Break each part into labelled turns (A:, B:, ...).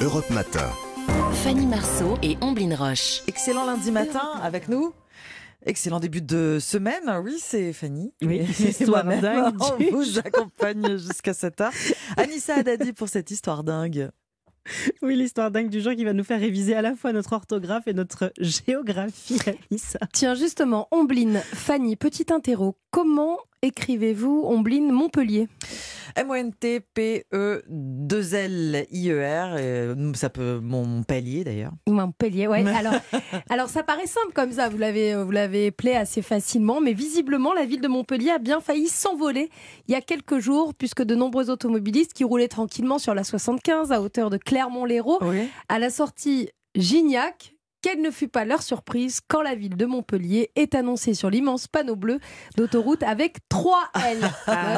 A: Europe Matin.
B: Fanny Marceau et Omblin Roche.
C: Excellent lundi matin avec nous. Excellent début de semaine, oui, c'est Fanny.
D: Oui,
C: Et
D: histoire
C: moi-même,
D: dingue.
C: On vous accompagne jusqu'à 7h. Anissa Haddadi pour cette histoire dingue.
D: Oui, l'histoire dingue du jour qui va nous faire réviser à la fois notre orthographe et notre géographie, Anissa.
E: Tiens, justement, Ombline, Fanny, petit interro. Comment écrivez-vous Ombline Montpellier
C: E M-O-N-T-P-E-2-L-I-E-R. E et euh, Ça peut Montpellier d'ailleurs.
E: Montpellier, ouais. Alors, alors, ça paraît simple comme ça. Vous l'avez, euh, vous l'avez éplé assez facilement, mais visiblement, la ville de Montpellier a bien failli s'envoler il y a quelques jours, puisque de nombreux automobilistes qui roulaient tranquillement sur la 75 à hauteur de Clermont-Lérault,
C: Oui.
E: à la sortie Gignac. Quelle ne fut pas leur surprise quand la ville de Montpellier est annoncée sur l'immense panneau bleu d'autoroute avec 3 L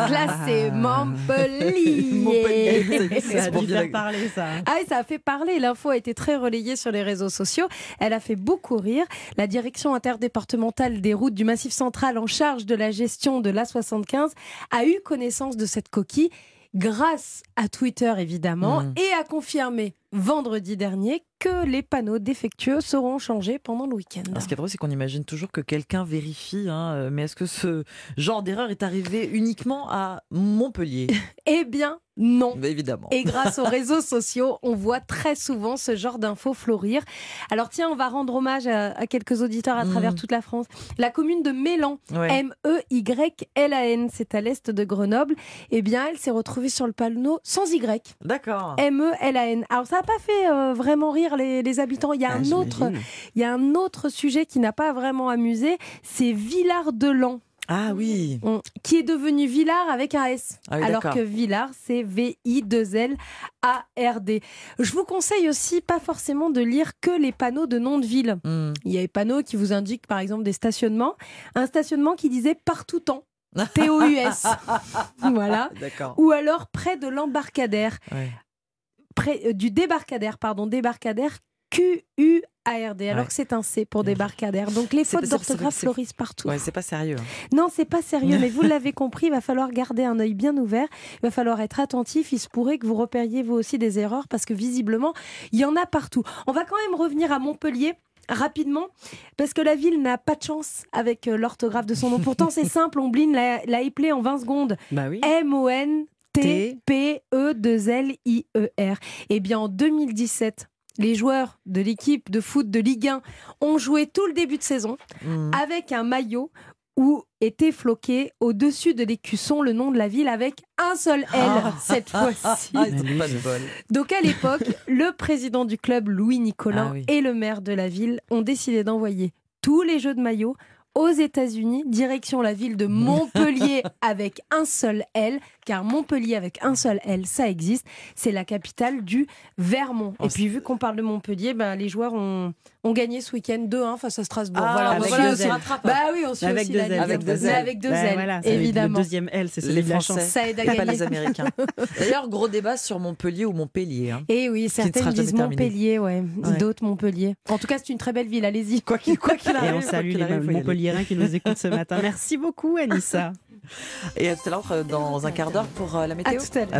E: glacé Montpellier.
C: Ah. Montpellier, c'est-
D: Ça a
C: pour
D: dû
C: bien
D: faire
C: la-
D: parler, ça.
E: Ah, et ça a fait parler. L'info a été très relayée sur les réseaux sociaux. Elle a fait beaucoup rire. La direction interdépartementale des routes du Massif central en charge de la gestion de l'A75 a eu connaissance de cette coquille grâce à Twitter, évidemment,
C: Mhm.
E: et a confirmé vendredi dernier que les panneaux défectueux seront changés pendant le week-end.
C: Alors, ce qui est drôle, c'est qu'on imagine toujours que quelqu'un vérifie, hein, euh, mais est-ce que ce genre d'erreur est arrivé uniquement à Montpellier
E: Eh bien, non.
C: Bah, Évidemment.
E: Et grâce aux réseaux sociaux, on voit très souvent ce genre d'infos fleurir. Alors tiens, on va rendre hommage à, à quelques auditeurs à
C: Mhm.
E: travers toute la France. La commune de Mélan,
C: Ouais.
E: M-E-Y-L-A-N, c'est à l'est de Grenoble. Eh bien, elle s'est retrouvée sur le panneau sans Y.
C: D'accord.
E: M-E-L-A-N. Alors ça n'a pas fait euh, vraiment rire les, les habitants. Il
C: Ah,
E: y a un autre, il y a un autre sujet qui n'a pas vraiment amusé, c'est Villard de Lans,
C: Ah oui.
E: on- qui est devenu Villard avec un S.
C: Ah oui,
E: Alors
C: d'accord.
E: que Villard, c'est V-I-2-L-A-R-D. Je vous conseille aussi pas forcément de lire que les panneaux de nom de ville.
C: Hmm.
E: Il y a des panneaux qui vous indiquent par exemple des stationnements. Un stationnement qui disait partout temps. T-O-U-S. voilà.
C: D'accord.
E: Ou alors près de l'embarcadère,
C: Ouais.
E: près euh, du débarcadère, pardon, débarcadère Q-U-A-R-D, alors
C: Ouais.
E: que c'est un C pour débarcadère. Donc les
C: C'est
E: fautes
C: pas- c'est-
E: d'orthographe
C: c'est-
E: fleurissent partout.
C: Ouais, c'est pas sérieux. hein.
E: Non, c'est pas sérieux, mais vous l'avez compris, il va falloir garder un œil bien ouvert, il va falloir être attentif, il se pourrait que vous repériez vous aussi des erreurs parce que visiblement, il y en a partout. On va quand même revenir à Montpellier rapidement parce que la ville n'a pas de chance avec euh, l'orthographe de son nom. Pourtant, c'est simple, Ombline l'a l'a éplé en 20 secondes.
D: Bah oui.
E: M-O-N E T-P-E-2-L-I-E-R. Eh bien, en 2017, les joueurs de l'équipe de foot de Ligue 1 ont joué tout le début de saison
C: Hmm.
E: avec un maillot où était floqué au-dessus de l'écusson le nom de la ville avec un seul L cette fois-ci.
C: Ah, ils ont pas de bol.
E: Donc à l'époque, le président du club, Louis Nicolin,
C: Ah oui.
E: et le maire de la ville ont décidé d'envoyer tous les jeux de maillots aux États-Unis, direction la ville de Montpellier avec un seul L, car Montpellier avec un seul L, ça existe. C'est la capitale du Vermont.
C: Oh,
E: Et puis vu qu'on parle de Montpellier, ben, les joueurs ont, ont gagné ce week-end 2-1 face à Strasbourg.
C: Ah,
E: Voilà, on
C: bah
D: avec
E: suit
C: voilà, on
D: deux
C: se
E: aussi-
D: ailes.
C: rattrape.
E: Bah oui, on suit
D: Avec
E: aussi
D: deux
E: la
D: ailes.
E: Ligue.
C: Avec deux
E: Mais
C: ailes.
E: avec deux
D: Bah
E: ailes,
D: voilà, ça va être
E: évidemment.
D: Le deuxième L, c'est celui
C: Les
D: de la
C: Français.
D: chance.
E: Ça aide à
C: Et pas
E: gagner.
C: les Américains. D'ailleurs, gros débat sur Montpellier ou Montpellier. hein.
E: Et Eh oui,
C: ne sera
E: certaines
C: jamais
E: disent
C: terminé.
E: Montpellier, ouais.
C: Ouais.
E: D'autres Montpellier. En tout cas, c'est une très belle ville, allez-y. Quoi qu'il
C: qu'il
D: Et
C: arrive,
D: on
C: quoi
D: salue
C: qu'il
D: les
C: arrive, faut y aller.
D: Montpellierains qui nous écoutent ce matin. Merci beaucoup, Anissa.
C: Et à tout à l'heure euh, dans un quart d'heure pour euh, la
E: À
C: météo.
E: tout à l'heure.